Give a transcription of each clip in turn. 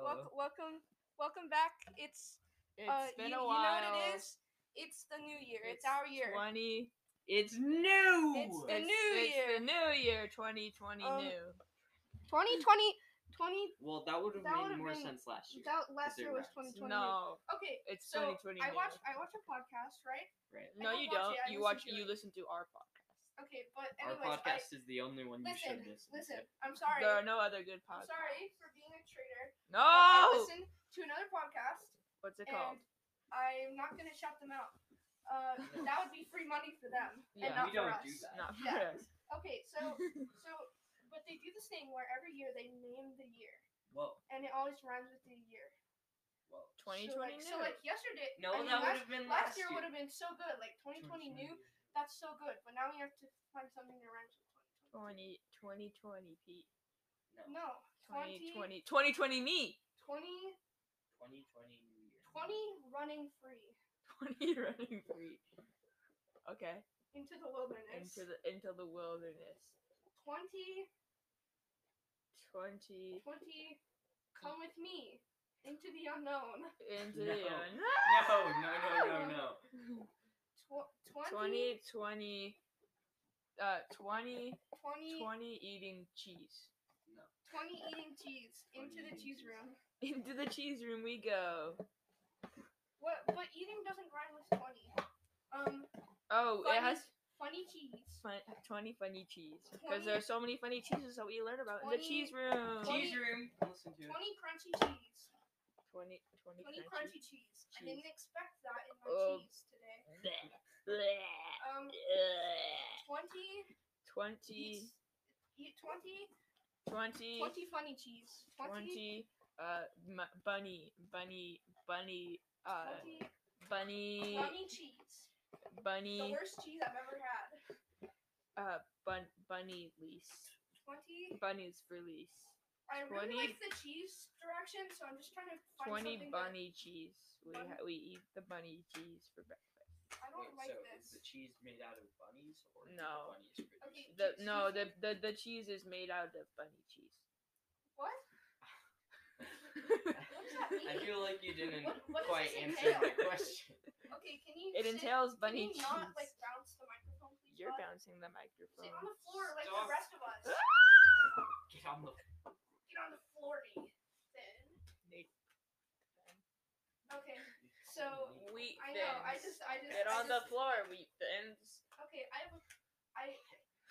Welcome, welcome, welcome back. It's, It's uh, been you, a you while. know what it is? It's the new year. It's, It's our year. Twenty. It's new. It's the it's, new it's year. the new year. Twenty twenty Um, new. 2020, 20 Well, that would have That made would've more been- sense last year. that last year it was wraps. 2020. No, Okay, it's so 2020 I new. watch I watch a podcast, right? right. no, don't you watch don't. it, I you listen watch. to You it. listen to our podcast. Okay, but Our anyways, I- podcast is the only one you should listen, listen. listen. I'm sorry. There are no other good podcasts. I'm sorry for being a traitor. No. I listened to another podcast, Oh! What's it and called? I'm not gonna shout them out. Uh, that would be free money for them, Yeah, and not we for don't us. do that. Not for Yeah. us. Okay, so so, but they do this thing where every year they name the year, Whoa, and it always rhymes with the year. whoa. Twenty So twenty like, new. so like yesterday, I No, mean, that would last, have been last last year would have been so good. Like 2020 new, that's so good. But now we have to find something that rhymes with 2020. 20, 2020, Pete. No, No, 20, 20, 2020, 2020 me. 20, 2020 new year. 20 running free 20 running free. Okay. into the wilderness. Into the into the wilderness. 20, 20 20, come with me into the unknown. No. into the No, no, no, no, no. Tw- 20, 20, 20 20 uh 20 20, 20 eating cheese. No. eating cheese into the 20 cheese room. Into the cheese room we go. What? But eating doesn't rhyme with 20. Um, Oh, Funny- it has funny cheese. fun, 20 funny cheese 20 because there's so many funny cheeses that we learn about in the 20 cheese room. Cheese- Cheese room. Listen to 20 it. crunchy cheese. 20 20 20 crunchy. crunchy cheese. I Cheese. didn't expect that in my Oh. cheese today. Bleh, bleh, Um, bleh. 20 20 eat, eat 20 20 20 funny cheese 20 20 uh m- bunny bunny bunny uh 20 bunny funny cheese the bunny worst cheese i've ever had uh bun bunny lease 20 bunny's release i really 20 like the cheese direction so i'm just trying to find 20 something bunny cheese we Bun- ha- we eat the bunny cheese for breakfast that, i don't Wait, like so is this the cheese made out of bunnies or do No. the bunnies produce Okay. it? the Cheese. no the, the the cheese is made out of bunny cheese what what does that mean I feel like you didn't What- what does quite this answer my entail? question. okay can you it sit- entails can bunny you cheese not like bounce the microphone please you're bud? bouncing the sit microphone on the floor like Stop. the rest of us Ah! Get on the get on the floor me then Nathan. okay So, we i know i fins. just i just get I on the just- floor we fins Okay, I have a, I,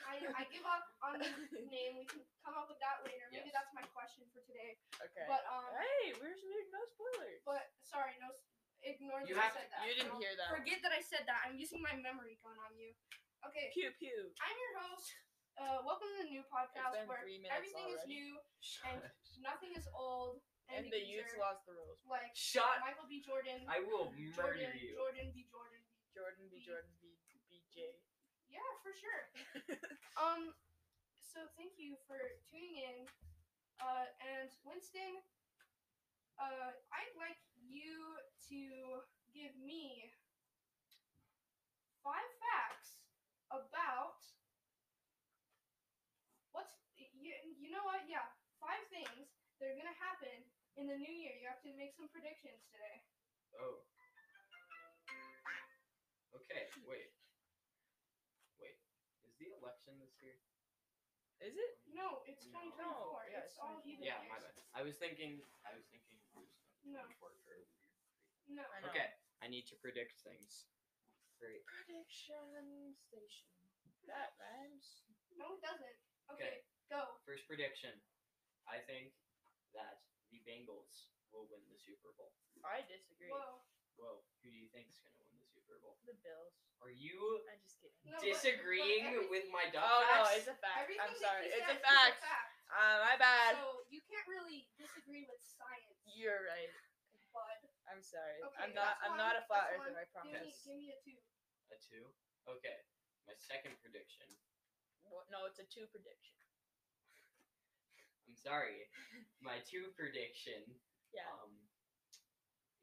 I, I give up on the name. We can come up with that later. Maybe Yes. that's my question for today. okay But um, Hey, we're doing no spoilers. but sorry, no, s- ignore You that I have said to- that. um, you didn't hear that. Forget that I said that. I'm using my memory gun on you. Okay, Pew pew. I'm your host. Uh, welcome to the new podcast been where three minutes everything is already. new, Shut, up. nothing is old, and, And the youths lost the rules. like Shut Michael B. Jordan, I will murder Jordan, you. Jordan B. Jordan B. Jordan B. Jordan B. BJ. Yeah, for sure. Um, so thank you for tuning in. Uh, and Winston, uh, I'd like you to give me five facts about what's you, you know what? Yeah, five things that are gonna happen in the new year. You have to make some predictions today. Oh. Okay, wait. Wait. Is the election this year? Is it? No, it's No. 2024. No, yeah, it's it's all 2024. even Yeah, years. my bad. I was thinking I was thinking it was No. 24 for a weird reason. No. I know. Okay, I need to predict things. Great. Prediction station. That rhymes. No, it doesn't. Okay, Okay. go. First prediction. I think that the Bengals will win the Super Bowl. I disagree. Whoa. Whoa, who do you think's gonna win the Super Bowl? the Bills. Are you I'm just kidding. No, but- disagreeing but with my dog? oh no, it's a fact. Everything I'm that sorry. he It's says a is fact. Uh, my bad. So you can't really disagree with science, You're right. bud. I'm sorry. Okay, I'm not. that's I'm one, not a flat that's earther. one. I Give me, promise. give me a two. a two. Okay, my second prediction. Well, No, it's a two prediction. I'm sorry. My two prediction Yeah, um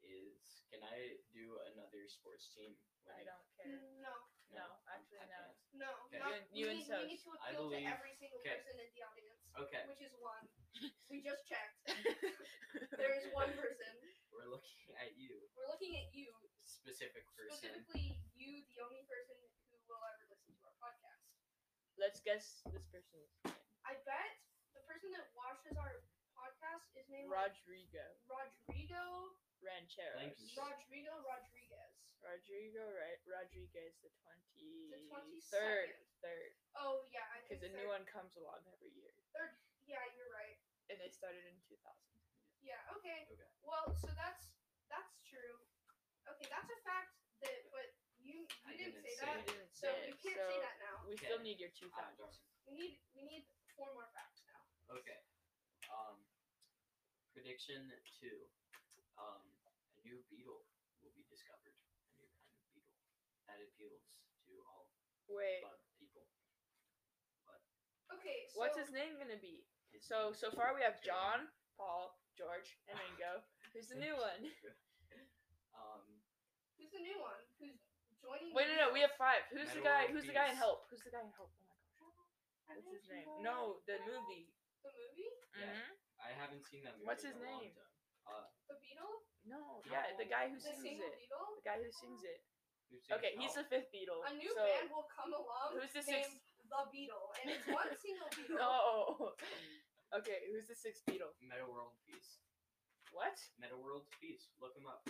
is can I do another sports team? I winning? don't care. Mm, No, No, actually I no. can't. no, Okay. not, You and- we, you and need, we Sos. need to I appeal to believe- every single okay. person in the audience, Okay. Mm. which is one. We just checked. There is one person. We're looking at you, We're looking at you, specific person. specifically you, the only person who will ever listen to our podcast. Let's guess this person's I bet the person that watches our podcast is named name. Rodrigo Rodrigo Ranchero. Thank you. Rodrigo Rodriguez. Rodrigo Ra- Rodriguez the twenty The 22nd. third third Oh yeah, I think because a third, new one comes along every year third. Yeah, you're right. and they started in two thousand. Yeah. Okay. Okay. Well, so that's that's true. Okay, that's a fact that, but you you I didn't, didn't say say that, it. so you can't say that now. We still Okay. need your two Ah, thousand. darn. We need we need four more facts now. Okay. Um, prediction two. Um, a new beetle will be discovered. A new kind of beetle that appeals to all Wait, bug people. Okay. So what's his name gonna be? His So name so is far we have Jeremy. John, Paul, George, Ah. and Ringo. Who's the new one? Um, Who's the new one? Who's joining? Wait, no, no, we have five. Who's the guy? Metal Who's the guy in Beast. Help? Who's the guy in Help? Oh my gosh, I what's his mentioned that. name? No, the movie. The movie? Yeah. Mhm. I haven't seen that movie. What's in a his long name? time. Uh, The Beetle? No, yeah, the guy who The sings single it. Beetle? The guy who sings it. who sings Okay, he's Help? the fifth Beatle. A new so, band will come along Who's the named sixth? The Beetle, and it's one single Beetle. No. Oh, Okay, who's the sixth Beatle? Meta World Peace. What? Meta World Peace. Look him up.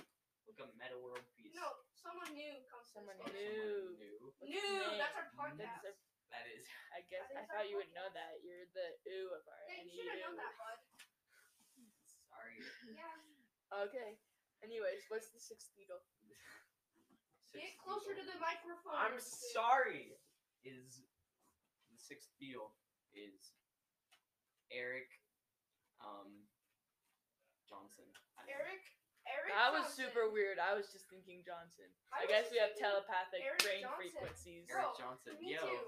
Look up Meta World Peace. No, someone new comes. to the Someone Or someone station. New. new. What's his New. name? That's our podcast. That's a, That is. I guess That is I our thought you would know podcast. that. You're the ooh of our. Yeah, you NEU. should have known that, bud. Sorry. Yeah. Okay. Anyways, what's the sixth Beatle? Get closer to the microphone. I'm Sid. sorry. Is the sixth beetle is Eric um Johnson. I don't know. Eric. Eric. That was Johnson. super weird. I was just thinking Johnson. I I, was guess just we have thinking telepathic Eric brain Johnson. frequencies. Eric- Eric Bro, Johnson. Me Yo, too.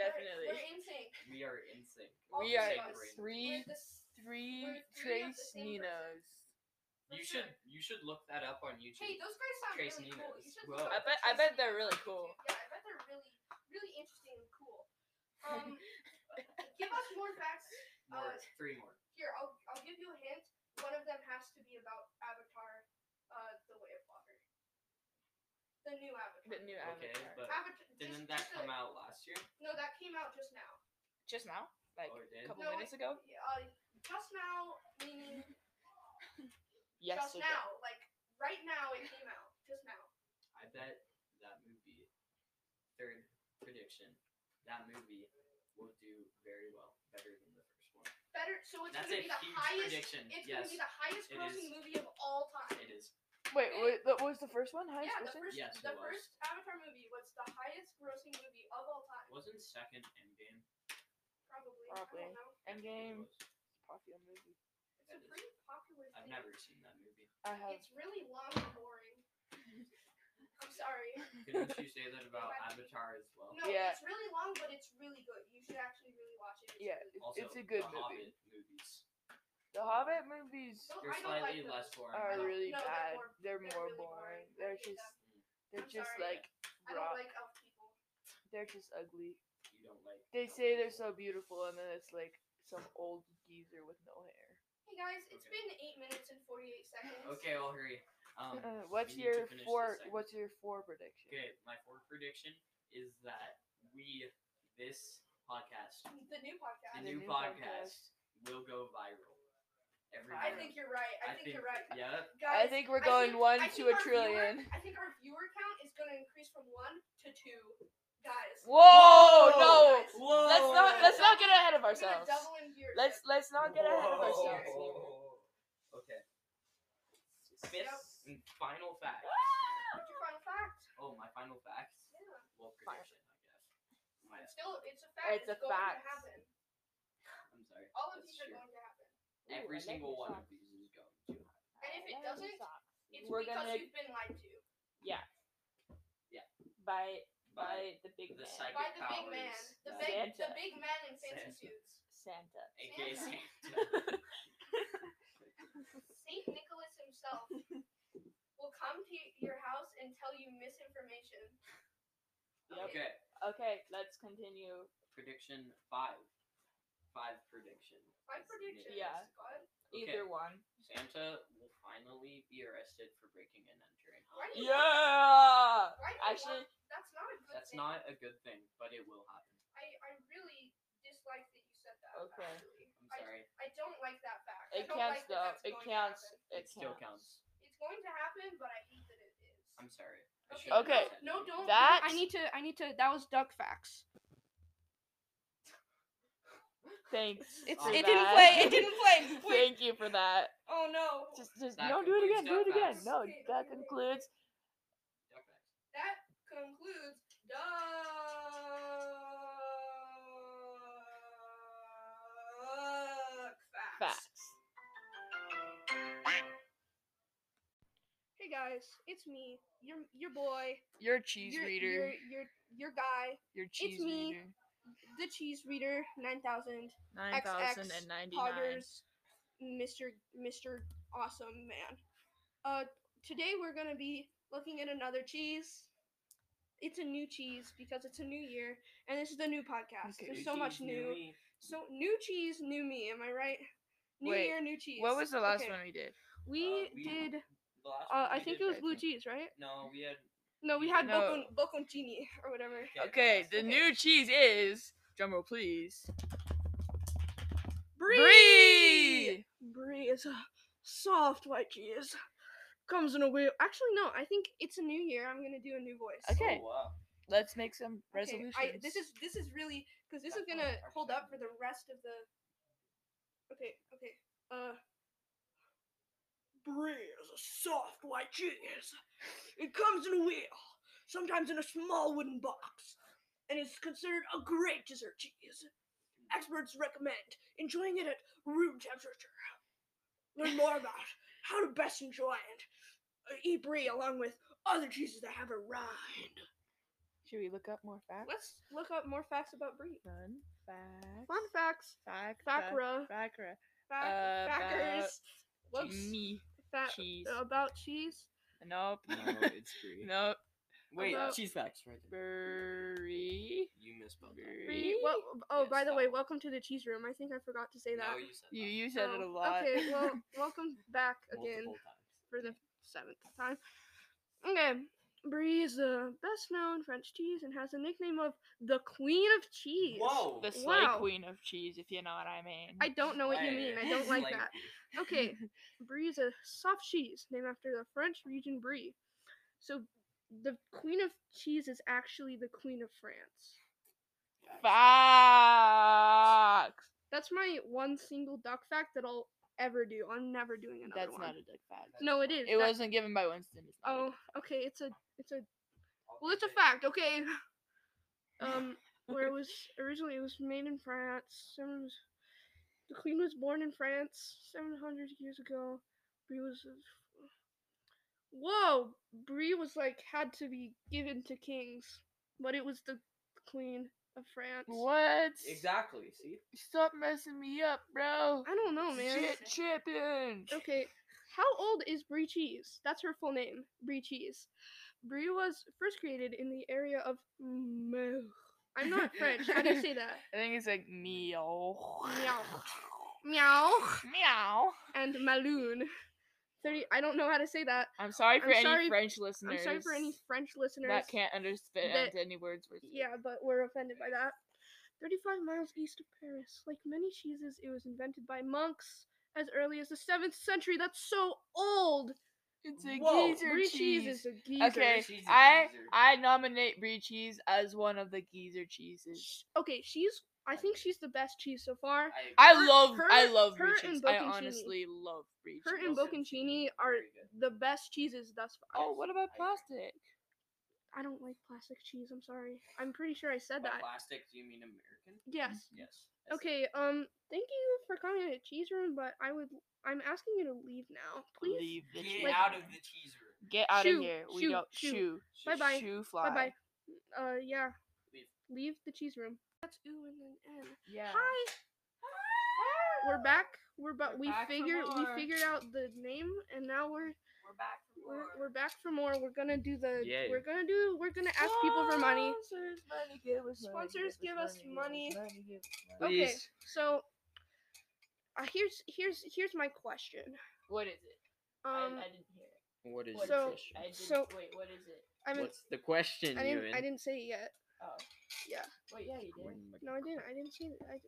Definitely. We're, we're in sync. we are in sync. All We of us. are Brain- three, We're the s- three we're three of the Trace same person. Ninos. for You sure. should you should look that up on Hey, YouTube. those guys sound Trace really cool. Ninos. You should Whoa. look I up bet- the I Trace bet they're Ninos really on cool. YouTube. Yeah, I bet they're really, really interesting and cool. Um, give us more facts. More, uh, three more. Here, I'll, I'll give you a hint. One of them has to be about Avatar, uh, The Way of Water. The new Avatar. The new Okay, Avatar. but Avatar just, didn't that just come a- out last year? No, that came out just now. Just now, like oh, it a did. couple No, I- minutes ago. Yeah, Uh, just now, meaning just Yesterday. now. Like, right now it came out. Just now. I bet that movie. Third prediction. That movie will do very well, better than the first one. Better, so it's That's gonna a be the huge highest, prediction. it's gonna yes, be the highest it grossing is. movie of all time. it is. Wait, Okay. wait, what was the first one? Highest Yeah, the person? first, Yes, the it was. first Avatar movie was the highest grossing movie of all time. Wasn't second Endgame? Probably. I Probably. don't know. I think it Endgame. was. Popular movie. It's a That is- pretty popular I've thing. never seen that movie. I have. It's really long and boring. I'm sorry. Couldn't you say that about Watch it. Avatar as well? No, Yeah. it's really long, but it's really good. You should actually really watch it. It's Yeah, really it's, good. Also, it's a good the movie. Hobbit movies. The Hobbit movies Don't- They're I don't slightly like less those. boring. are don't- really no, they're bad. more- They're they're more really boring. boring. I They're hate just them. they're I'm just sorry. like I rock. don't like elf people. They're just ugly. You don't like. They say they're so beautiful, and then it's like some old geezer with no hair. Hey guys, it's Okay. been eight minutes and forty-eight seconds. Okay, I'll hurry. Um, Uh, what's we need to your finish four? this segment. What's your four prediction? okay, my fourth prediction is that we this podcast, The new podcast. the The new, new podcast, will go viral. Everywhere. I think you're right. I, I think, you're right. Yep. Guys, I think we're going think- one I to think a our trillion. Viewer, I think our viewer count is going to increase from one to two. Guys. Whoa! Whoa, No! Whoa! Let's not let's not get ahead of We're gonna ourselves. double in viewership. Let's let's not get ahead of Whoa. ourselves. Whoa. Okay. Fifth and final fact. Ah! What's your final fact? Oh, my final fact. Yeah. Well, Fine. prediction, I guess. My, It's still, it's a fact. It's a going fact. to happen. I'm sorry. All of That's these true. are going to happen. Every single one of these is going to. And if it doesn't, It's We're because gonna- you've been lied to by By by the big the man, psychic by the big powers man, the that- big, the Santa. big man in fancy Santa. suits, Santa. aka Santa. Santa. Saint Nicholas himself, will come to your house and tell you misinformation. Yep. Okay. Okay, let's continue. Prediction five. Five prediction. My prediction. Yeah. God. Okay. Either one. Santa will finally be arrested for breaking and entering. Why do Hollywood. you- Yeah. Why do you Actually, want- that's not a good That's thing. not a good thing, but it will happen. I, I really dislike that you said that. Okay. Actually. I'm I- sorry. I don't like that fact. I it don't counts like though. that that's It going to counts. happen. It It still counts. It's going to happen, but I hate that it is. I'm sorry. I Okay. shouldn't have Okay. said No, that. don't. That- I need to. I need to. That was duck facts. Thanks. It's. for it it didn't didn't Oh, that. play. It didn't play. Thank you for that. Oh no. Just, just That don't do it concludes again. Do it Duck again. Facts. No, Okay, that okay, wait. concludes. Duck facts. That concludes duck facts. Facts. Hey guys, it's me, your your boy, You're a cheese your, reader. your You're, your your guy, cheese me, reader. the cheese reader, nine thousand. Nine thousand XX and ninety nine. Poggers, Mr. Mr. Awesome Man. Uh, today we're gonna be looking at another cheese. It's a new cheese because it's a new year, and this is the new podcast. Okay. There's so much new, so new cheese, new me. Am I right? New Wait, year, new cheese. What was the last Okay. one we did? We, Uh, we- did. The last Uh, one I we think did it was right blue there. cheese, right? No, we had. No, we we had did- No. no. Bocconcini or whatever. Okay, the okay. new cheese is drumroll please. Brie. Brie is a soft white cheese. Comes in a weird. Actually, no. I think it's a new year. I'm gonna do a new voice. Okay. Oh, wow. Let's make some Okay, resolutions. I, this is this is really because this is That's gonna all hold up for understandable. the rest of the. Okay. Okay. Uh. Brie is a soft white cheese. It comes in a wheel, sometimes in a small wooden box, and is considered a great dessert cheese. Experts recommend enjoying it at room temperature. Learn more about how to best enjoy and uh, eat brie along with other cheeses that have a rind. Should we look up more facts? Let's look up more facts about brie. Fun facts. Fun facts. Fact. Fakra. Facra. Fac- about fackers. Whoops. Me. Fa- cheese. about cheese. Nope. it's free. nope. Wait, About- cheese facts right there. Brie. You misspelled that. Brie. Brie. Well, oh, Yes, by the that way, one. welcome to the cheese room. I think I forgot to say that. No, you said You that you said it Oh, a lot. Okay, well, welcome back again multiple times. for the seventh time. Okay, Brie is the best known French cheese and has the nickname of the Queen of Cheese. Whoa. the slay Wow. queen of cheese, if you know what I mean. I don't know what you mean. I don't like Slay. that. Okay, Brie is a soft cheese named after the French region Brie. So the Queen of Cheese is actually the Queen of France. Facts. That's my one single duck fact that I'll ever do. I'm never doing another That's one. not a duck fact. no, it is. It That- wasn't given by Winston. It's not a Oh, duck okay. It's a. It's a. I'll Well, it's a take it. fact. Okay. Um, where it was originally it was made in France. Seven, the queen was born in France 700 years ago. Brie was. a- Whoa, Brie was like had to be given to kings, but it was the queen of France. fact. What? Exactly. See. Stop messing me up, bro. I don't know, man. Shit tripping. Okay, how old is Brie Cheese? That's her full name, Brie Cheese. Brie was first created in the area of Meaux. I'm not French. How do you say that? I think it's like meow. Meow. Meow Meow. and Maloon. Thirty. I don't know how to say that. I'm sorry for I'm any sorry- French listeners. I'm sorry for any French listeners. that can't understand that- any words we're saying. Yeah, but we're offended by that. 35 miles east of Paris. Like many cheeses, it was invented by monks as early as the 7th century. That's so old. It's a Whoa, geezer Brie cheese. cheese is a geezer. okay, Cheese is I geezer. I nominate brie cheese as one of the geezer cheeses. Sh- okay, she's. I think she's the best cheese so far. I, I Her- love I her- love brie her cheese. and I bocconcini. honestly love brie Her cheese. and bocconcini are the best cheeses thus far. oh, what about I agree. plastic? I don't like plastic cheese. I'm sorry. I'm pretty sure I said By that. plastic, do you mean American? Yes. Yes. that's it. Okay. Um. Thank you for coming to Cheese Room, but I would. I'm asking you to leave now, please. Leave the Get cheese. like- out of the cheese room. Get out of Shoo, here. We shoo, don't shoo. shoo. Bye-bye. Shoo fly. Bye bye. Uh. Yeah. Leave. Leave the cheese room. That's ooh and then n. Yeah. Hi. We're back. We're but We're we back for figured we more. figured out the name, and now we're We're back from we're, we're back for more. We're gonna do the. Yay. We're gonna do. We're gonna ask people for money. Sponsors, money, give us money, Sponsors, give us money. Oh. give us money, give us money. Okay. So. Uh, here's here's here's my question. What is it? Um, I, I didn't hear it. What is What is your so- it? question? I didn't, so- wait, what is it? I mean, What's the question, I didn't, Ewan? I didn't say it yet. Oh. Yeah. Wait, yeah, you did. Gordon Mc- No, I didn't. I didn't say that. I,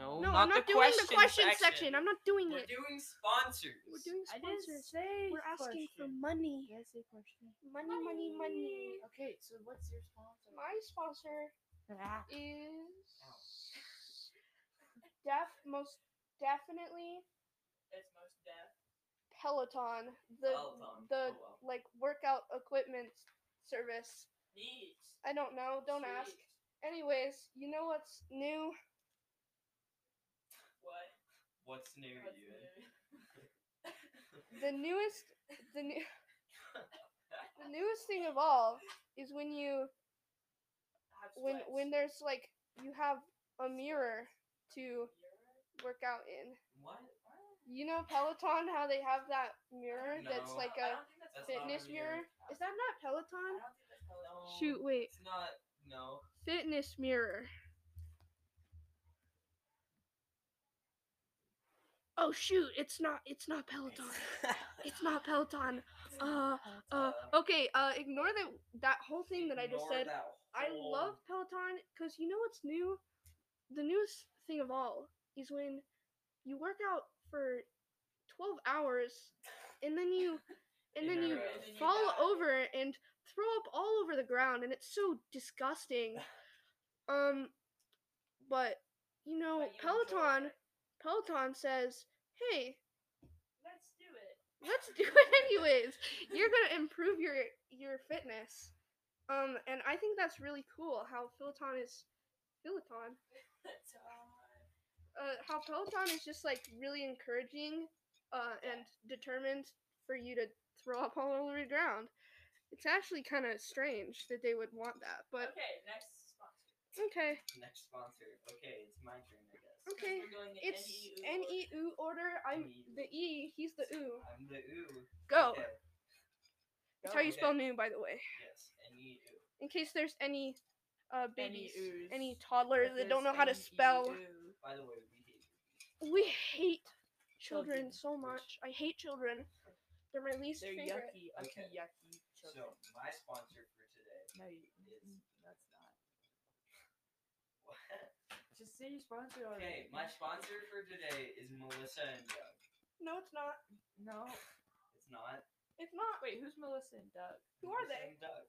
No, no, I'm not the doing question the question section. section. I'm not doing We're it. doing sponsors. We're doing I didn't sponsors. say. We're asking for question. money. You guys say question. Money, money, money. Okay, so what's your sponsor? My sponsor Ah. is def most definitely It's most deaf. Peloton. The Peloton. the Oh, wow. like workout equipment service. Neat. I don't know. Don't ask. Sweet. Anyways, you know what's new? What? What's new, What's Ewan? new? The newest the new the newest thing of all is when you Have when sweats. when there's like you have a mirror to work out in. What? You know Peloton how they have that mirror that's No. like a I don't think That's not that's Peloton. fitness a mirror. mirror. Is that not I Peloton? don't think that's Peloton. No. Shoot, wait. It's not. No. Fitness mirror. Oh shoot, it's not it's not Peloton. Oh, It's not Peloton. Uh uh okay, uh ignore that that whole thing that I just Ignore said. that I whole- love Peloton cuz you know what's new? The newest thing of all is when you work out for 12 hours and then you and then In a you row. And then you fall die. over and throw up all over the ground and it's so disgusting um but you know But you enjoy peloton it. peloton says hey Let's do it. let's do it anyways you're gonna improve your your fitness um and i think that's really cool how peloton is peloton That's all. uh, how Peloton is just like really encouraging uh, and determined for you to throw up all over the ground. It's actually kind of strange that they would want that, but okay, next sponsor. okay. Next sponsor. Okay, it's my turn, I guess. 'Cause Okay, We're going It's NEU N order. E U order. I'm NEU. the E. He's the ooh. I'm the ooh. Go. Okay, That's how you Okay. spell new, by the way. Yes, any ooh. In case there's any uh, babies, oohs. any toddlers If that don't know there's how to NEU. spell. By the way, we hate you. We hate children Children. so much. I hate children. They're my least They're favorite. yucky, okay. Okay. yucky children. So, my sponsor for today no, you, is. that's not. Just say your sponsor Okay, already. my sponsor for today is Melissa and Doug. No, it's not. No. It's not. It's not. Wait, who's Melissa and Doug? Who are Melissa they? and Doug.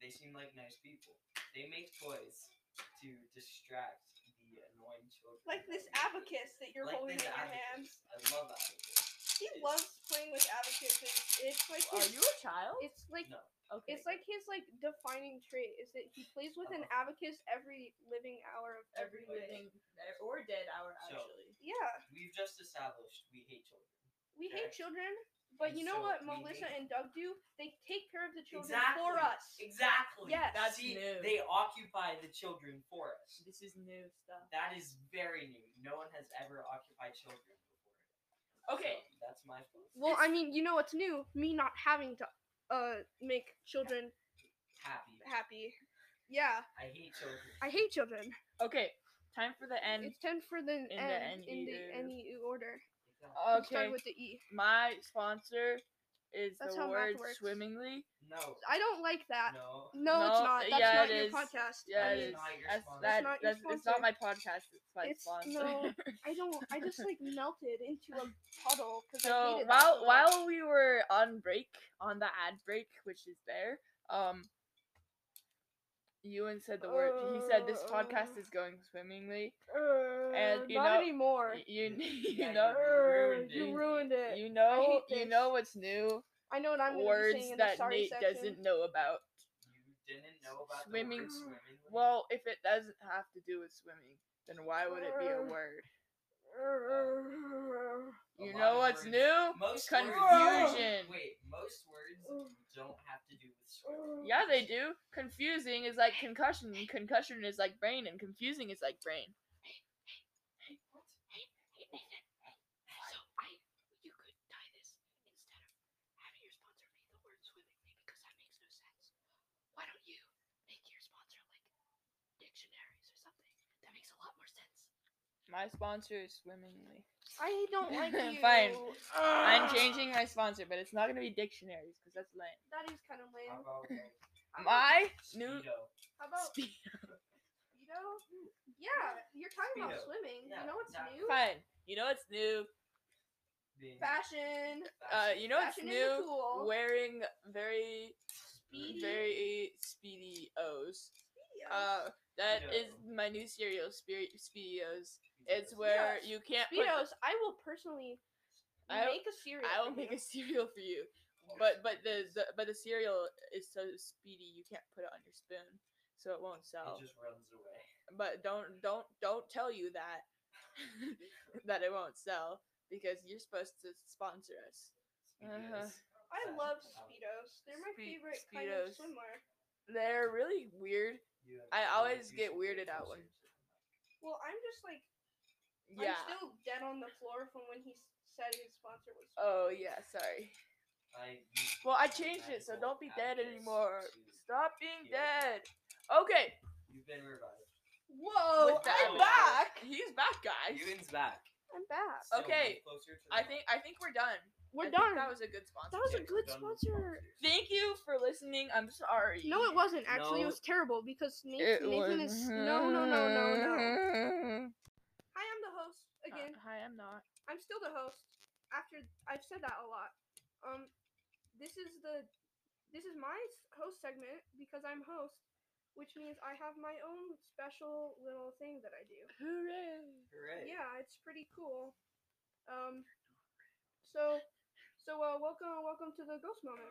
They seem like nice people. They make toys to distract the annoying children. Like this that we- abacus that you're Like holding in this your abacus. hands. I love abacus. He It's- loves playing with abacuses. It's like Are his, you a child? it's like No. okay. it's like his like defining trait is that he plays with an abacus every living hour of the every living or dead hour So- actually. Yeah, We've just established we hate children. we hate Okay. children, but And you know so what we Melissa hate- and Doug do? They take care of the children Exactly. for us. Exactly. Yes. That's See, new. they occupy the children for us. This is new stuff. That is very new. No one has ever occupied children before. Okay. So that's my sponsor. Well, I mean, you know what's new? Me not having to uh make children Happy. happy. Yeah, I hate children. I hate children. Okay, time for the end. it's ten for the the end in the NEU. NEU order. Exactly. We Start Okay, with the E. my sponsor is That's the how math word works. swimmingly. no. I don't like that. No. No, it's No, not. That's yeah, not it your is. podcast. Yeah, I it mean, is. not your That's, sponsor. that, It's not your that's, it's not sponsor. my podcast. It's my It's- sponsor. no. I don't. I just like melted into a puddle because I so hated that while so much. while we were on break, on the ad break, which is there, um, Ewan said the word. He said this podcast Uh, is going swimmingly. Uh, and, you not know- anymore. Y- You, Yeah, you you know, Err, ruined you it. ruined it. you know, uh, hate you this. know what's new. I know what I'm gonna be words saying in the that sorry Nate section. doesn't know about. You didn't know about Swimming- The word swimming. Well, if it doesn't have to do with swimming, then why would it be a Err. word? Err, A You lot know of what's words. new? most Confusion. Words, wait, most words don't have to do with swimming. Yeah, they do. Confusing is like concussion, and concussion is like brain, and confusing is like brain. What? So I, you could tie this instead of having your sponsor read the word swimmingly because that makes no sense. Why don't you make your sponsor like dictionaries or something? That makes a lot more sense. My My sponsor is swimmingly. I don't like you. Fine. I'm changing my sponsor, but it's not gonna be dictionaries because that's lame. That is kind of How lame. about like, How about- My new Speedo? How about spe- you know? Yeah, you're talking about Speedo. swimming. Yeah, You know what's nah. new? fine. You know what's new? Being Fashion. Uh, fashion- you know what's Fashion in the new? pool. Wearing very, Speedy. very speedy O's. Speedos. Uh, that is Speedo. my new cereal, Spirit Speedios. It's Speedos. where you can't put. the- Speedos. I will personally I will- make a cereal. I will for make you. a cereal for you, but but the, the but the cereal is so speedy you can't put it on your spoon, so it won't It sell. just runs away. But don't don't don't tell you that that it won't sell because you're supposed to sponsor us. Uh-huh. Speedos. I Fashion. love Um, speedos. They're my Spe- favorite kind of Speedos. swimwear. They're really weird. you have I no always use get of weirded your out when- toes. Well, I'm just like Yeah. I'm still dead on the floor from when he s- said his sponsor was. Oh Speedos. yeah, sorry. I use Well, I my changed it, so magical don't be dead abacus anymore. to- Stop being Yeah. dead. Okay, You've been revived. Whoa! With that- I'm back. he's back, guys. Ewan's back. I'm back. So move Okay, closer to the I mic. think I think we're done. We're Oh, I think done. That was a good sponsor. That was a Yeah, we're good done with sponsor. sponsors. Thank you for listening. I'm sorry. No, it wasn't. Actually, No. it was terrible because Nathan, Nathan is no, no, no, no, no. Hi, I'm the host again. Uh, hi, I'm not. I'm still the host. After I've said that a lot. Um, this is the this is my s- host segment because I'm host, which means I have my own special little thing that I do. Hooray! Hooray. Yeah, it's pretty cool. Um, so so uh, welcome welcome to the ghost moment.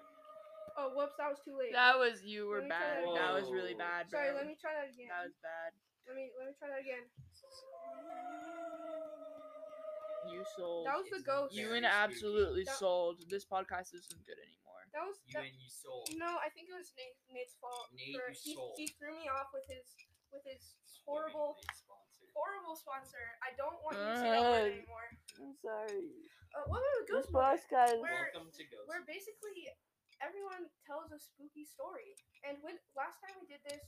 Oh, whoops, that was too late. That was you were Let me bad. try that That again. was really Whoa. bad, bro. Sorry, let me try that again. That was bad. Let me let me try that again. You sold. That was the It's ghost. you very and absolutely That- sold. This podcast isn't good anymore. That was spooky. You that, and you sold. no. I think it was Nate, Nate's fault. Nate, for- you he, sold. he threw me off with his with his horrible Swimmingly sponsored. horrible sponsor. I don't want you to say that word Ugh. anymore. I'm sorry. Uh, what about the ghost moment? podcast. We're- Welcome to Ghost. Where basically everyone tells a spooky story. And when last time we did this,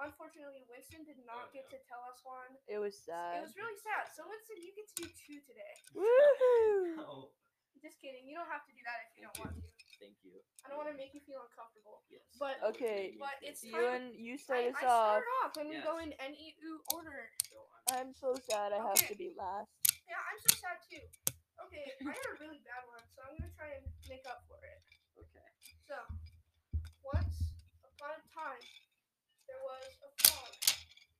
unfortunately Winston did not Oh, get to tell us one. It was it was really sad. So Winston, you get to do two today. Woohoo! Oh, Just kidding. You don't have to do that if you don't Thank want to. thank you. I don't want to make you feel uncomfortable. Yes. But- that would Okay, make me but feel it's good. You time- I, you I start off and we go Yes. in NEU order. So I'm uh, I'm so sad I have Okay. to be last. Yeah, I'm so sad too. Okay, I had a really bad one, so I'm gonna try and make up for it. Okay. So, once upon a time, there was a frog.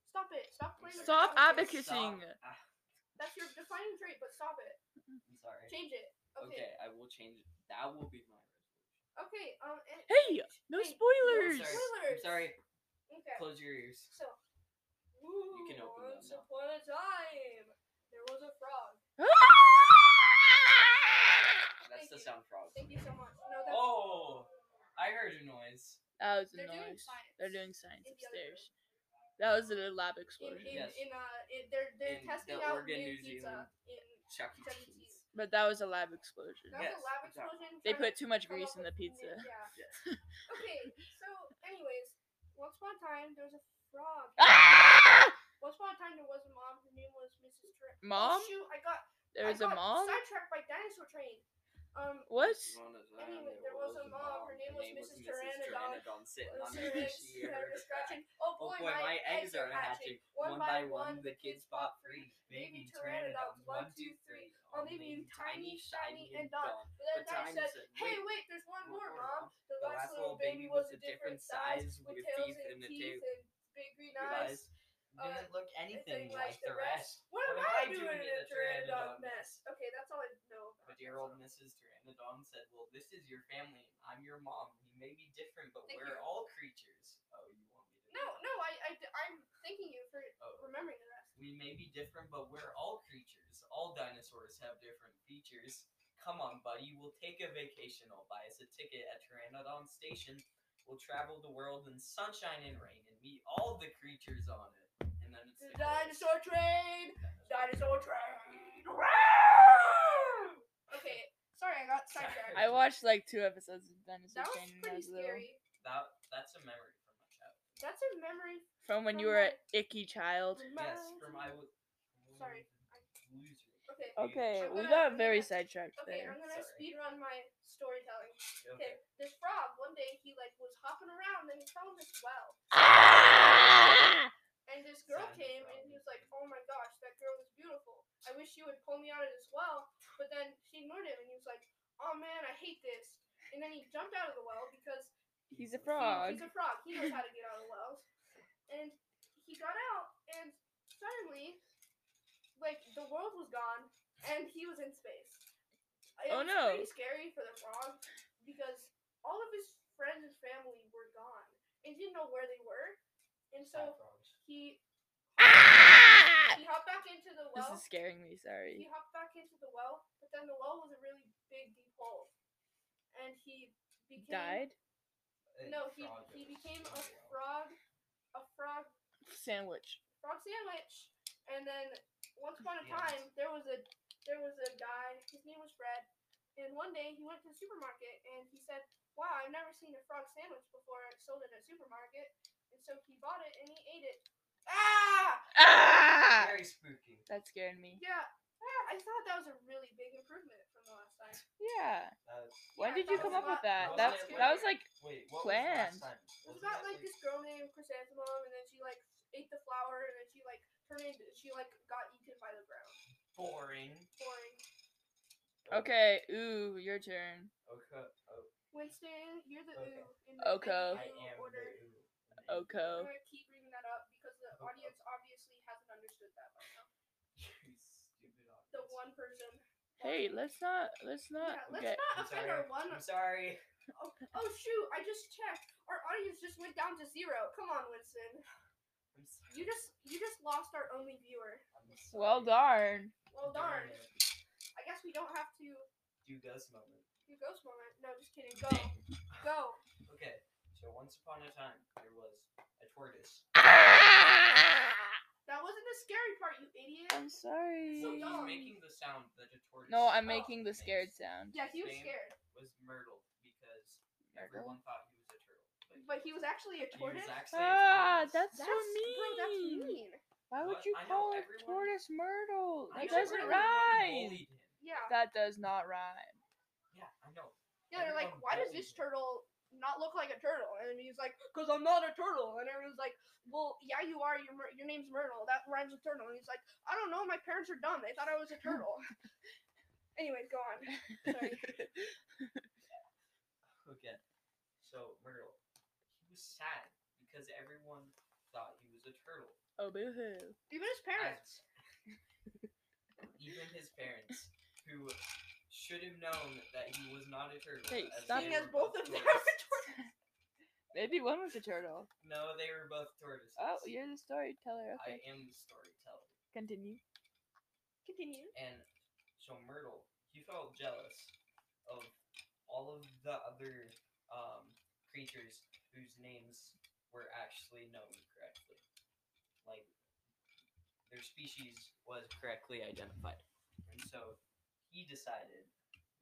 Stop it! Stop playing. with the Stop abacus. abacusing. Ah, That's your defining trait, but stop it. I'm sorry. Change it. Okay. Okay, I will change. That will be my resolution. Okay. Um. And Hey, no Hey, I'm spoilers. sorry. Spoilers. I'm sorry. Okay. Close your ears. So, you can open them once now. upon a time, there was a frog. That's Thank the you. sound frog. Thank you so much. No, that's Oh, I heard a noise. That was a They're doing noise. science They're doing science in the other upstairs. That was a lab in explosion. in, Yes. in uh in, they're they're In testing the out Oregon, new New pizza Zealand. in Chuck E. Chuck E. Cheese. Cheese. But that was a lab explosion. That was Yes, a lab exactly. explosion. They trying to put too much come grease up in the with new- pizza. Yeah. Yes. Okay. So, anyways, once upon a time there was a frog. Ah! Once upon a time there was a mom. Her name was Mrs. Tra- Oh, Mom? shoot, I got. There I was a got mom? Sidetracked by dinosaur train. Um. What? uh, Anyway, there was a mom, her name was Mrs. Pteranodon. Pteranodon sitting Those on are her eggs she that are ever scratching. Oh boy, my, eggs are hatching. One by one, the kids bought free. Baby pteranodons, one, two, three. I'll I'll leave you leave you tiny, shiny, and dark. gone. But then But Daddy Dinah said, said, "Hey, wait, "Wait, there's one one more, Mom. more, Mom. The last little baby was a different size, with tails and teeth and big green eyes." uh, Didn't look anything like the rest. What am I doing in a pteranodon mess? Okay, that's all I know about. But dear old Mrs. Pteranodon said, Well, this is your family. and I'm your mom. We may be different, but Thank we're you. all creatures. Oh, you want me to. No, no, I, I, I'm thanking you for Oh. remembering the rest. We may be different, but we're all creatures. All dinosaurs have different features. Come on, buddy. We'll take a vacation. I'll buy us a ticket at Pteranodon Station. We'll travel the world in sunshine and rain and meet all the creatures on it. And then it's The the dinosaur train, chorus. dinosaur train. okay, sorry, I got sidetracked. I watched like two episodes of Dinosaur That was Train when I pretty was little. scary. That, that's a memory from my childhood. That's a memory. From when From you were an my- icky child. from Yes, my- from I was. Sorry. I loser. Okay. Okay, I'm we gonna- got I'm very gonna- sidetracked Okay, there. I'm gonna Sorry. speed speedrun my storytelling. Okay. Okay, this frog one day he like was hopping around and he fell in this well, and this girl Sad came frog. and he was like, oh my gosh, that girl is beautiful. I wish you would pull me out of this well. But then she ignored him and he was like, oh man, I hate this. And then he jumped out of the well because He's a He- frog. He's a frog. He knows how to get out of wells. And he got out, and suddenly, like the world was gone, and he was in space. It Oh, was no. Pretty scary for the frog because all of his friends and family were gone, and he didn't know where they were, and so Sad frogs. he he hopped back into the Ah! This well. is scaring me, He sorry. hopped back into the well, but then the well was a really big deep hole, and he became Died? A No, he, frog he goes became in a the well. frog, a frog, Sandwich. frog sandwich, and then once upon a Yeah. time there was a there was a guy. His name was Fred, and one day he went to the supermarket and he said, "Wow, I've never seen a frog sandwich before. It's sold at a supermarket." And so he bought it and he ate it. Ah, Ah! Very spooky. That scared me. yeah. Ah, I thought that was a really big improvement from the last time. Yeah. Uh, When Yeah, did that you was come a up with lot- that? that That's was that was scary. like wait, what Planned. was last time? It was Wasn't about that, like this girl named Chrysanthemum, and then she like ate the flower, and then she like turned into she like got eaten by the ground. boring. Boring. okay. Ooh, your turn. Okay. Oh, Winston, you're the Okay. ooh in the Oko. in the I ooh am order. the ooh. I'm Oko. gonna keep bringing that up because the Oko. audience obviously hasn't understood that by now. You stupid The audience. one person. Hey, let's not let's not yeah, let's get not offend our I'm sorry. one. I'm sorry. Oh, oh shoot! I just checked. Our audience just went down to zero. Come on, Winston. I'm sorry. You just you just lost our only viewer. I'm sorry. well darn. Well, darn. I guess we don't have to Do ghost moment. do ghost moment. No, just kidding. Go, go. Okay, so once upon a time, there was a tortoise. That wasn't the scary part, you idiot. I'm sorry. So So he's darn. making the sound that a tortoise. No, I'm uh, making the makes scared sound. Yeah, he was Same. scared, Was Myrtle because Myrtle? everyone thought he was a turtle, but he was actually a he tortoise. was actually a Ah, tortoise. that's, That's so bro, that's mean. mean. Why would What? you I know, call a everyone- tortoise Myrtle? I That know doesn't everyone bullied rhyme. him. Yeah. That does not rhyme. Yeah, I know. Yeah, they're like, Everyone why does bullied this him. turtle not look like a turtle? And he's like, because I'm not a turtle. And everyone's like, well, yeah, you are. Your, Myr- your name's Myrtle. That rhymes with turtle. And he's like, I don't know. My parents are dumb. They thought I was a turtle. Anyways, go on. Sorry. Okay, so Myrtle, he was sad because everyone thought he was a turtle. oh boo hoo. Even his parents. even his parents, who should have known that he was not a turtle. Hey, as stop. they Seeing as were both of them tortoises. are turtles. Maybe one was a turtle. No, they were both tortoises. Oh, you're the storyteller. I Okay, am the storyteller. continue. Continue. And so Myrtle, he felt jealous of all of the other um, creatures whose names were actually known correctly. Like, their species was correctly identified. And so he decided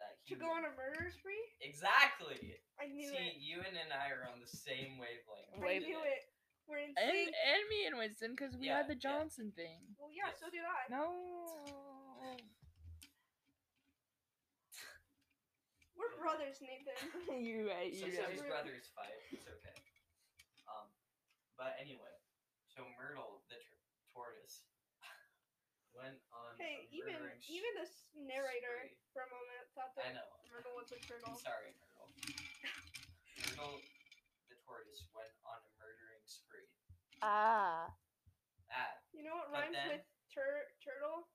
that he To go would- on a murder spree? Exactly. I knew Mm-hmm. See, it. you and I are on the same wavelength. I Wait a knew it. We're in and, sync. and me and Winston because we Yeah, had the yeah. Johnson thing. Well, yeah, Yes. so did I. No. We're brothers, Nathan. you're right. You're Sometimes right. Myrtle- brothers fight. It's okay. Um, but anyway, so Myrtle the tur tortoise went on. Hey, a even murdering sh- even the s- narrator spree. for a moment thought I that know. Myrtle was a turtle. I'm sorry, Myrtle. Myrtle the tortoise went on a murdering spree. Ah, Ah, You know what But rhymes then- with tur- turtle?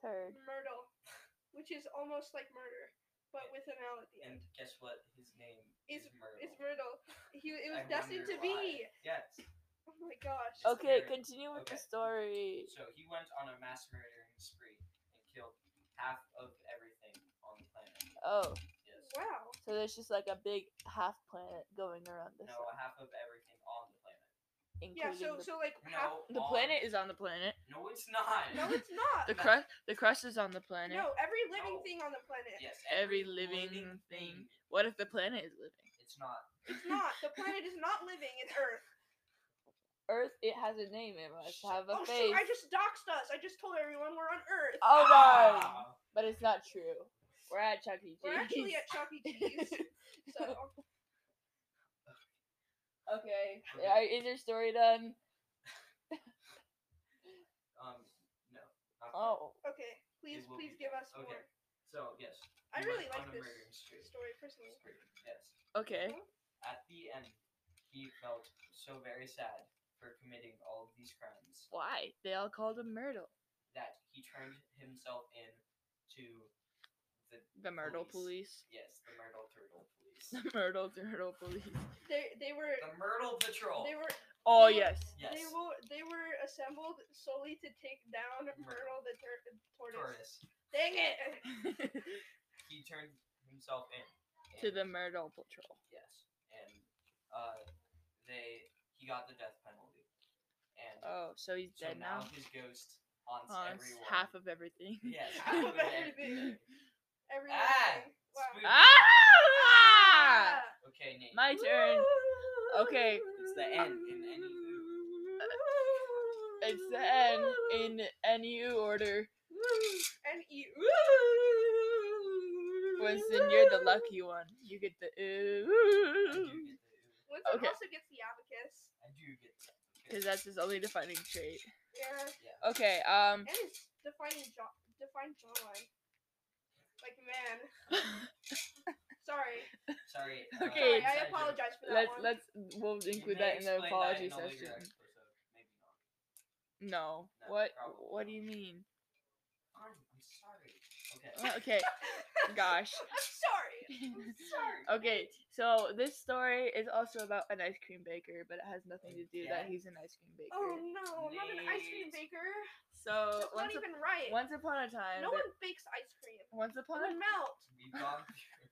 third. Myrtle, which is almost like murder, but with an L at the and end. guess what? His name Is- is Myrtle. It's Myrtle. He it I was destined to wonder be. why. Yes. Oh my gosh. It's Okay, third. continue with Okay. the story. So he went on a mass murdering spree and killed half of everything on the planet. Oh, Yes. Wow. so there's just like a big half planet going around this, No, half of everything on the planet. Yeah. including So the, so like half. No, the on- planet is on the planet. No, it's not. No, it's not. The crust, the crust is on the planet. No, every living No. thing on the planet. Yes, Every living thing. What if the planet is living? It's not. It's not. The planet is not living. It's Earth. Earth, it has a name. It must have a oh face. shoot! I just doxed us. I just told everyone we're on Earth. Oh no! Ah, But it's not true. We're at Chuck E. Cheese. We're actually at Chuck E. Cheese. so okay. Are, is your story done? Um, no. not that. Oh. okay, please, It will please be give us okay. more. So yes. I we really like went on a this murdering spree. story personally. Yes. Okay. At the end, he felt so very sad for committing all of these crimes Why? They all called him Myrtle. that he turned himself in to the The Myrtle Police. Police. yes, the Myrtle Turtle Police. The Myrtle Turtle Police. They they were the Myrtle Patrol. they were Oh They were- yes. yes. they were they were assembled solely to take down Myrtle the tur- tortoise. Tortoise. Dang it! He turned himself in. to and- the Myrtle Patrol. Yes. And uh they he got the death penalty. And Oh, so he's so dead now, now. his ghost haunts Oh, it's everyone. half of everything. Yes, Half of everything. Everyone. Ah, wow. spooky. Ah! Ah! Okay, Nate. My turn. Okay. It's the end in any mood. It's the end in any order. And e-, eat. Winston, you're the lucky one. You get the I do ooh. get the ooh. Winston Okay. also gets the abacus. I do get the Because that's his only defining trait. Yeah. yeah. Okay, um. And his defining jo- defined jawline. Like man. Sorry. Sorry. Okay. Sorry, I apologize for that Let's, one. let's, we'll include that in the apology session. No. No, What, probably what do not. you mean? I'm, I'm sorry. Okay. Oh, Okay, gosh. I'm sorry. I'm sorry. Okay, so this story is also about an ice cream baker, but it has nothing to do that Again? he's an ice cream baker. Mm, Oh no, not an ice cream Nate. baker. So That's not once, even right. up- once upon a time, No there- one bakes ice cream. once It upon a would melt. We've gone through.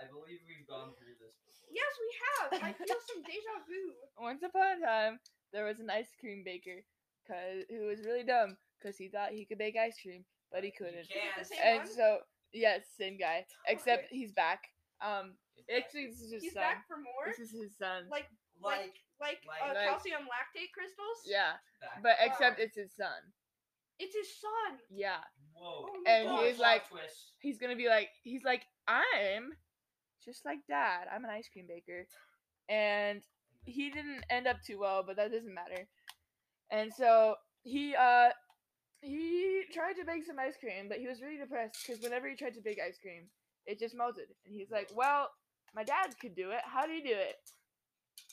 I believe we've gone through this before. Yes, we have. I feel some deja vu. once upon a time, there was an ice cream baker, cause who was really dumb, cause he thought he could bake ice cream, but he couldn't. You can. Is it the same And one? Oh, so yes, same guy, except he's back. Um, actually, this is his He's son. back for more. This is his son. Like like like, Like- uh, Like- calcium lactate crystals. yeah, back. but uh, to except back. it's his son. It's his son. Yeah, Oh Whoa. my and gosh. he's Plot like- twist. he's gonna be like, he's like, I'm just like dad. I'm an ice cream baker, and he didn't end up too well, but that doesn't matter. And so he uh he tried to bake some ice cream, but he was really depressed because whenever he tried to bake ice cream, it just melted. And he's like, "Well, my dad could do it. How do you do it?"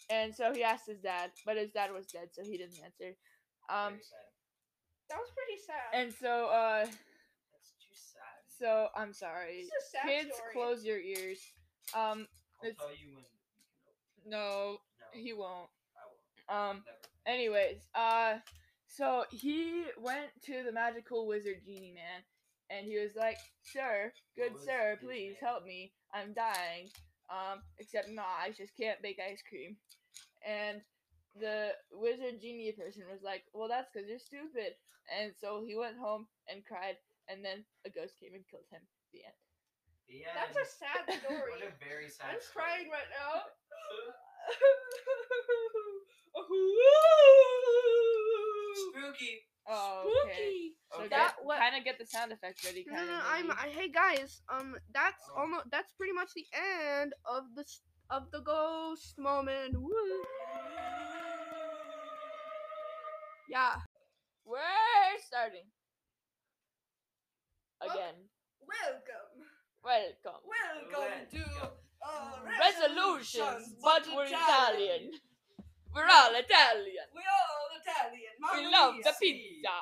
And so he asked his dad, but his dad was dead, so he didn't answer. Um, Very sad. That was pretty sad. and so uh, That's too sad. so I'm sorry, This is a sad kids, story. close your ears. Um, I'll it's- tell you when you can open. no, No, he won't. I won't. Um, Never. Anyways, uh, so he went to the magical wizard genie man, and he was like, "Sir, good was sir, his please name? help me. I'm dying. Um, except no, I just can't bake ice cream." And the wizard genie person was like, "Well, that's because you're stupid." And so he went home and cried, and then a ghost came and killed him. The end. The That's a end. sad What story. a very sad I'm story. crying right now. Spooky. Oh, okay. Spooky. So Okay. that That what- kind of get the sound effect ready. No, Kind no, of. no, I'm. I, hey guys, um, that's Oh. almost. That's pretty much the end of the s- of the ghost moment. Woo. Yeah. We're starting Okay. again. Welcome, Welcome. Let's go. Mm. uh, Resolutions, but we're Italian. We're all Italian. We're all Italian. We love the Maria. see. pizza.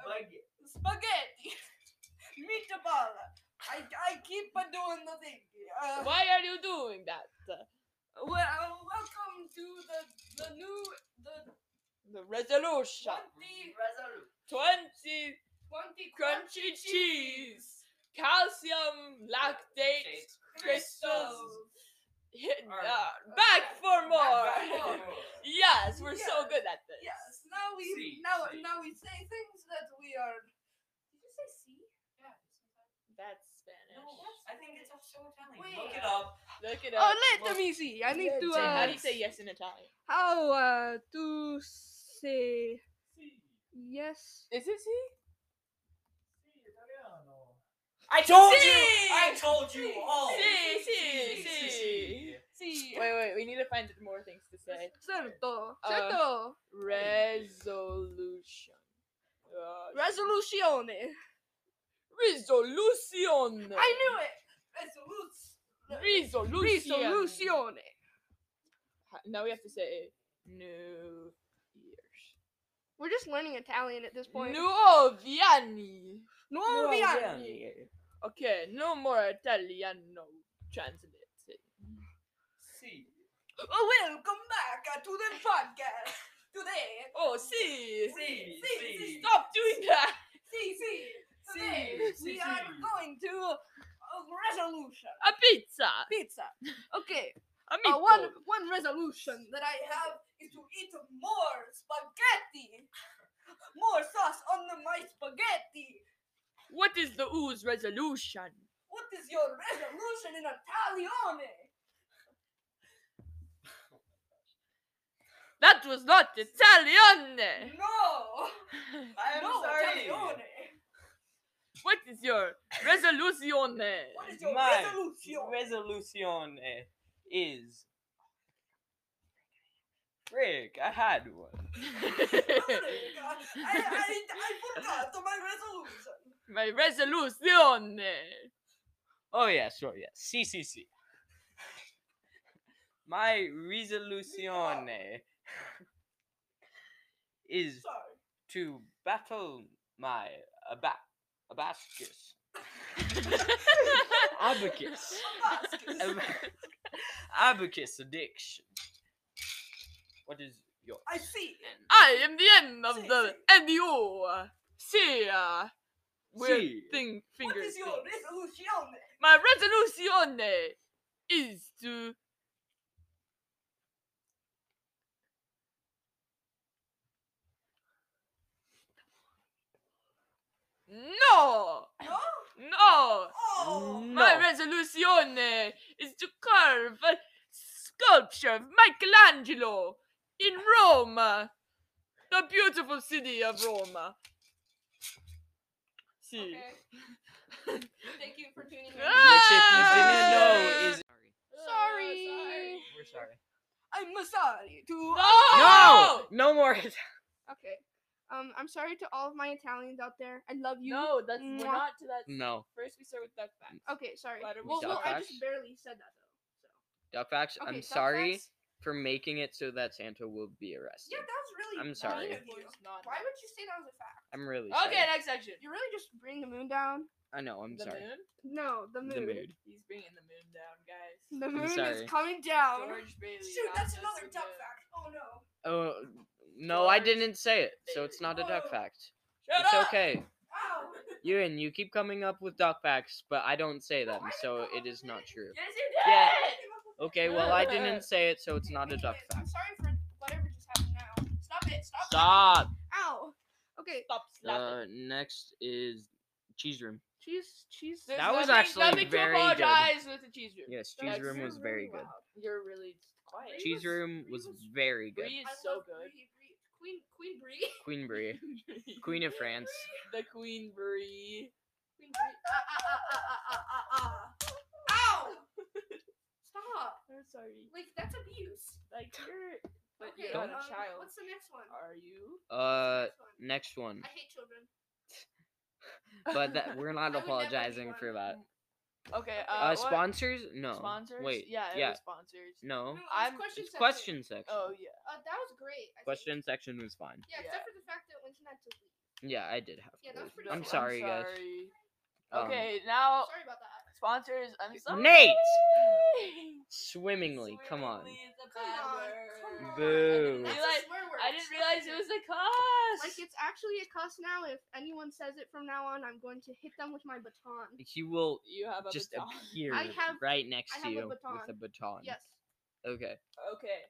Spaghetti. spaghetti, meatball. I I keep on doing the thing. Uh, Why are you doing that? Well, welcome to the the new the The resolution. twenty Resolu- 20 twenty crunchy cheese. Calcium lactate Shakes. crystals. Hit- Alright. uh, back for Back Back more. for door. Yes, we're so Yes. good at this. Yes. Now we See, now see. now we say things that we are. Did you say C? That's Spanish. No, I think it's also Italian. Wait. Look it up. Look it up. Oh, Look- let me see. I need to. Say, how Uh, do you say yes in Italian? how uh, to say yes? Is it see? I told Si. you. I told you all. Si, si, Si, si. See. Wait, wait. We need to find more things to say. Certo. Uh, Certo. Resolution. Uh, Resoluzione. resolution. I knew it. Resolution. Risoluzione. Ha- Now we have to say New Year's. We're just learning Italian at this point. Nuovi anni. Nuovi Nuovi anni. anni. Okay, no more Italiano translated. Si. Oh, Welcome back uh, to the podcast. Today, Oh, see. Si, Si, si. Stop doing that. see, see, today Si, we si, are si. going to a resolution. A pizza. Pizza. Okay. A Uh, meatball. one one resolution. That I have is to eat more spaghetti, more sauce on the, my spaghetti. What is the ooze resolution? What is your resolution in Italian? That was not Italian. No, I am no sorry. Italian. What is your resolution? What is your My resolution? resolution eh, is. Frick, I had one. I, I, I forgot my resolution. My resolution. Oh yeah, sure, yeah. Si, si, si. My resolution eh, is Sorry. to battle my aba- abascus. Abacus. Abascus. Ab- abacus addiction. What is your I see. I am the end of Say, the NDO. See ya. Weird See. thing, What finger is your thing. resolution? My resolution is to. No! Mm. No? No! Oh! My No. resolution is to carve a sculpture of Michelangelo in Rome, the beautiful city of Rome. See. Okay. Thank you for tuning in. Which if you didn't know is Sorry. Oh, We're sorry. I'm sorry to. No! No! No more Okay. Um, I'm sorry to all of my Italians out there. I love you. No, that's Mwah. we're not to that. No. First, we start with duck facts. Okay, sorry. Letter- Well, well, I Duck just facts? barely said that though. Duck facts, So. Okay, I'm duck sorry facts? for making it so that Santa will be arrested. Yeah, that was really. I'm mean sorry. of you. It's not Why that. would you say that was a fact? I'm really sorry. Okay, next section. You really just bring the moon down? I know, I'm the sorry. moon. No, the moon. The mood. He's bringing the moon down, guys. The moon sorry. is coming down. George Bailey. Shoot, that's Rasmussen another duck Moon. fact. Oh no. Oh no, I George didn't say it, so it's Bailey. not a duck Whoa. fact. Shut it's up! okay. Ow! Ewan, you keep coming up with duck facts, but I don't say No, them, I didn't so come up it with is not it. true. Yes, you did. Yeah. Okay, well I Uh. didn't say it, so it's not a duck Anyways, I'm fact. sorry for whatever just happened now. Stop it. Stop. Stop. Ow. Okay. Stop slapping. Uh, next is cheese room. Cheese. Cheese. There's That was nothing- actually nothing very to good. apologize with the cheese room. Yes, That's cheese room was really very good. loud. You're really quiet. Bree Cheese was- room Bree was was- very good. Bree I is so love good. Brie, Brie. Queen. Queen Brie. Queen Brie, Queen of France. the Queen Brie. Queen Brie. Ah, ah, ah, ah, ah, ah, ah, ah. Ow! Stop. I'm sorry. Like that's abuse. Like you're, but okay. you're not um, a child. What's the next one? Are you? Uh, What's the next one? next one, I hate children. but that we're I would not never be apologizing one. for that. okay. Uh, Uh, what- sponsors? No. Sponsors? Wait. Yeah. it Yeah. was sponsors. No. No, it was I'm- question It's section. question section. Oh yeah. Uh, that was great. I think. Question section was fine. Yeah, except for the fact that Winston had to leave. Yeah, I did have. Yeah, to that was leave. pretty I'm cool. sorry, guys. sorry. Um, Okay, now Sorry about that. sponsors. I'm sorry. Nate! Swimmingly, come on. Swimmingly is a Come bad on, word. come on. Boo. That's Realize- a swear word. I didn't Stop realize it. it was a cuss. Like it's actually a cuss now. If anyone says it from now on, I'm going to hit them with my baton. He will you have a just baton. appear I have- right next I to have a you with a baton. Yes. Okay. Okay.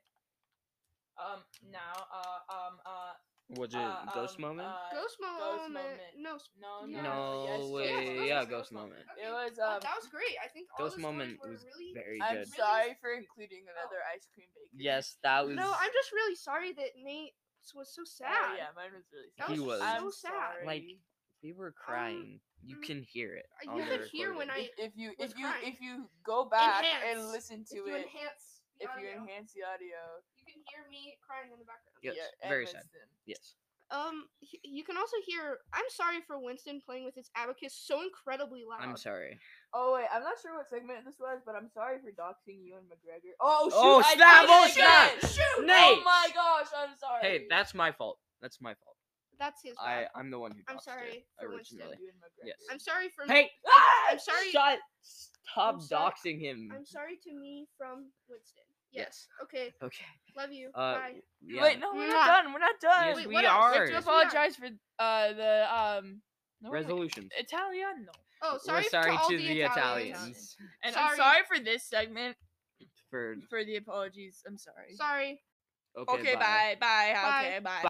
Um. Now. Uh. Um. Uh. Was it uh, ghost um, moment? uh, Ghost moment. moment. No. s- no. yeah. No. No yes, way. Yes, Oh, yeah, was Ghost Moment. Moment. Okay, It was uh, um. that was great. I think all Ghost the stories Moment were was really. very good. I'm sorry for including another ice cream baker. Yes, that was. No, I'm just really sorry that Nate was so Oh, sad. yeah, mine was really That sad. He was, was. so sad. I'm sorry. like we were crying. you Um, mm, can hear it. You on the could hear when I. recording. if you was if you crying. if you go back and Enhance. listen if to you it, enhance the if you audio, enhance the audio, you can hear me crying in the background. Yes, and very sad. Winston. Yes. Um, h- you can also hear. I'm sorry for Winston playing with his abacus so incredibly loud. I'm sorry. Oh wait, I'm not sure what segment this was, but I'm sorry for doxing you and McGregor. Oh shoot! Oh, I snap, did oh, it snap. again! Nate. Oh my gosh! I'm sorry. Hey, that's my fault. That's my fault. That's his. I bad. I'm the one who. I'm doxed sorry her for Winston. originally. You and McGregor. Yes. I'm sorry for. Hey, Ah! I'm sorry. shut. Stop I'm sorry. doxing him. I'm sorry to me from Winston. Yes. yes. Okay. Okay. Love you. Uh, Bye. Yeah. Wait, no, we're not Mwah. done. We're not done. Yes, Wait, we what else? are. Wait, I Yes, do we are. apologize for uh the um no, wait, Resolutions. Italiano. Oh, sorry, We're sorry to, all to the, Italians. And Sorry. I'm sorry for this segment For for the apologies. I'm sorry. Sorry. okay, Okay, bye. bye. Bye. Okay, bye.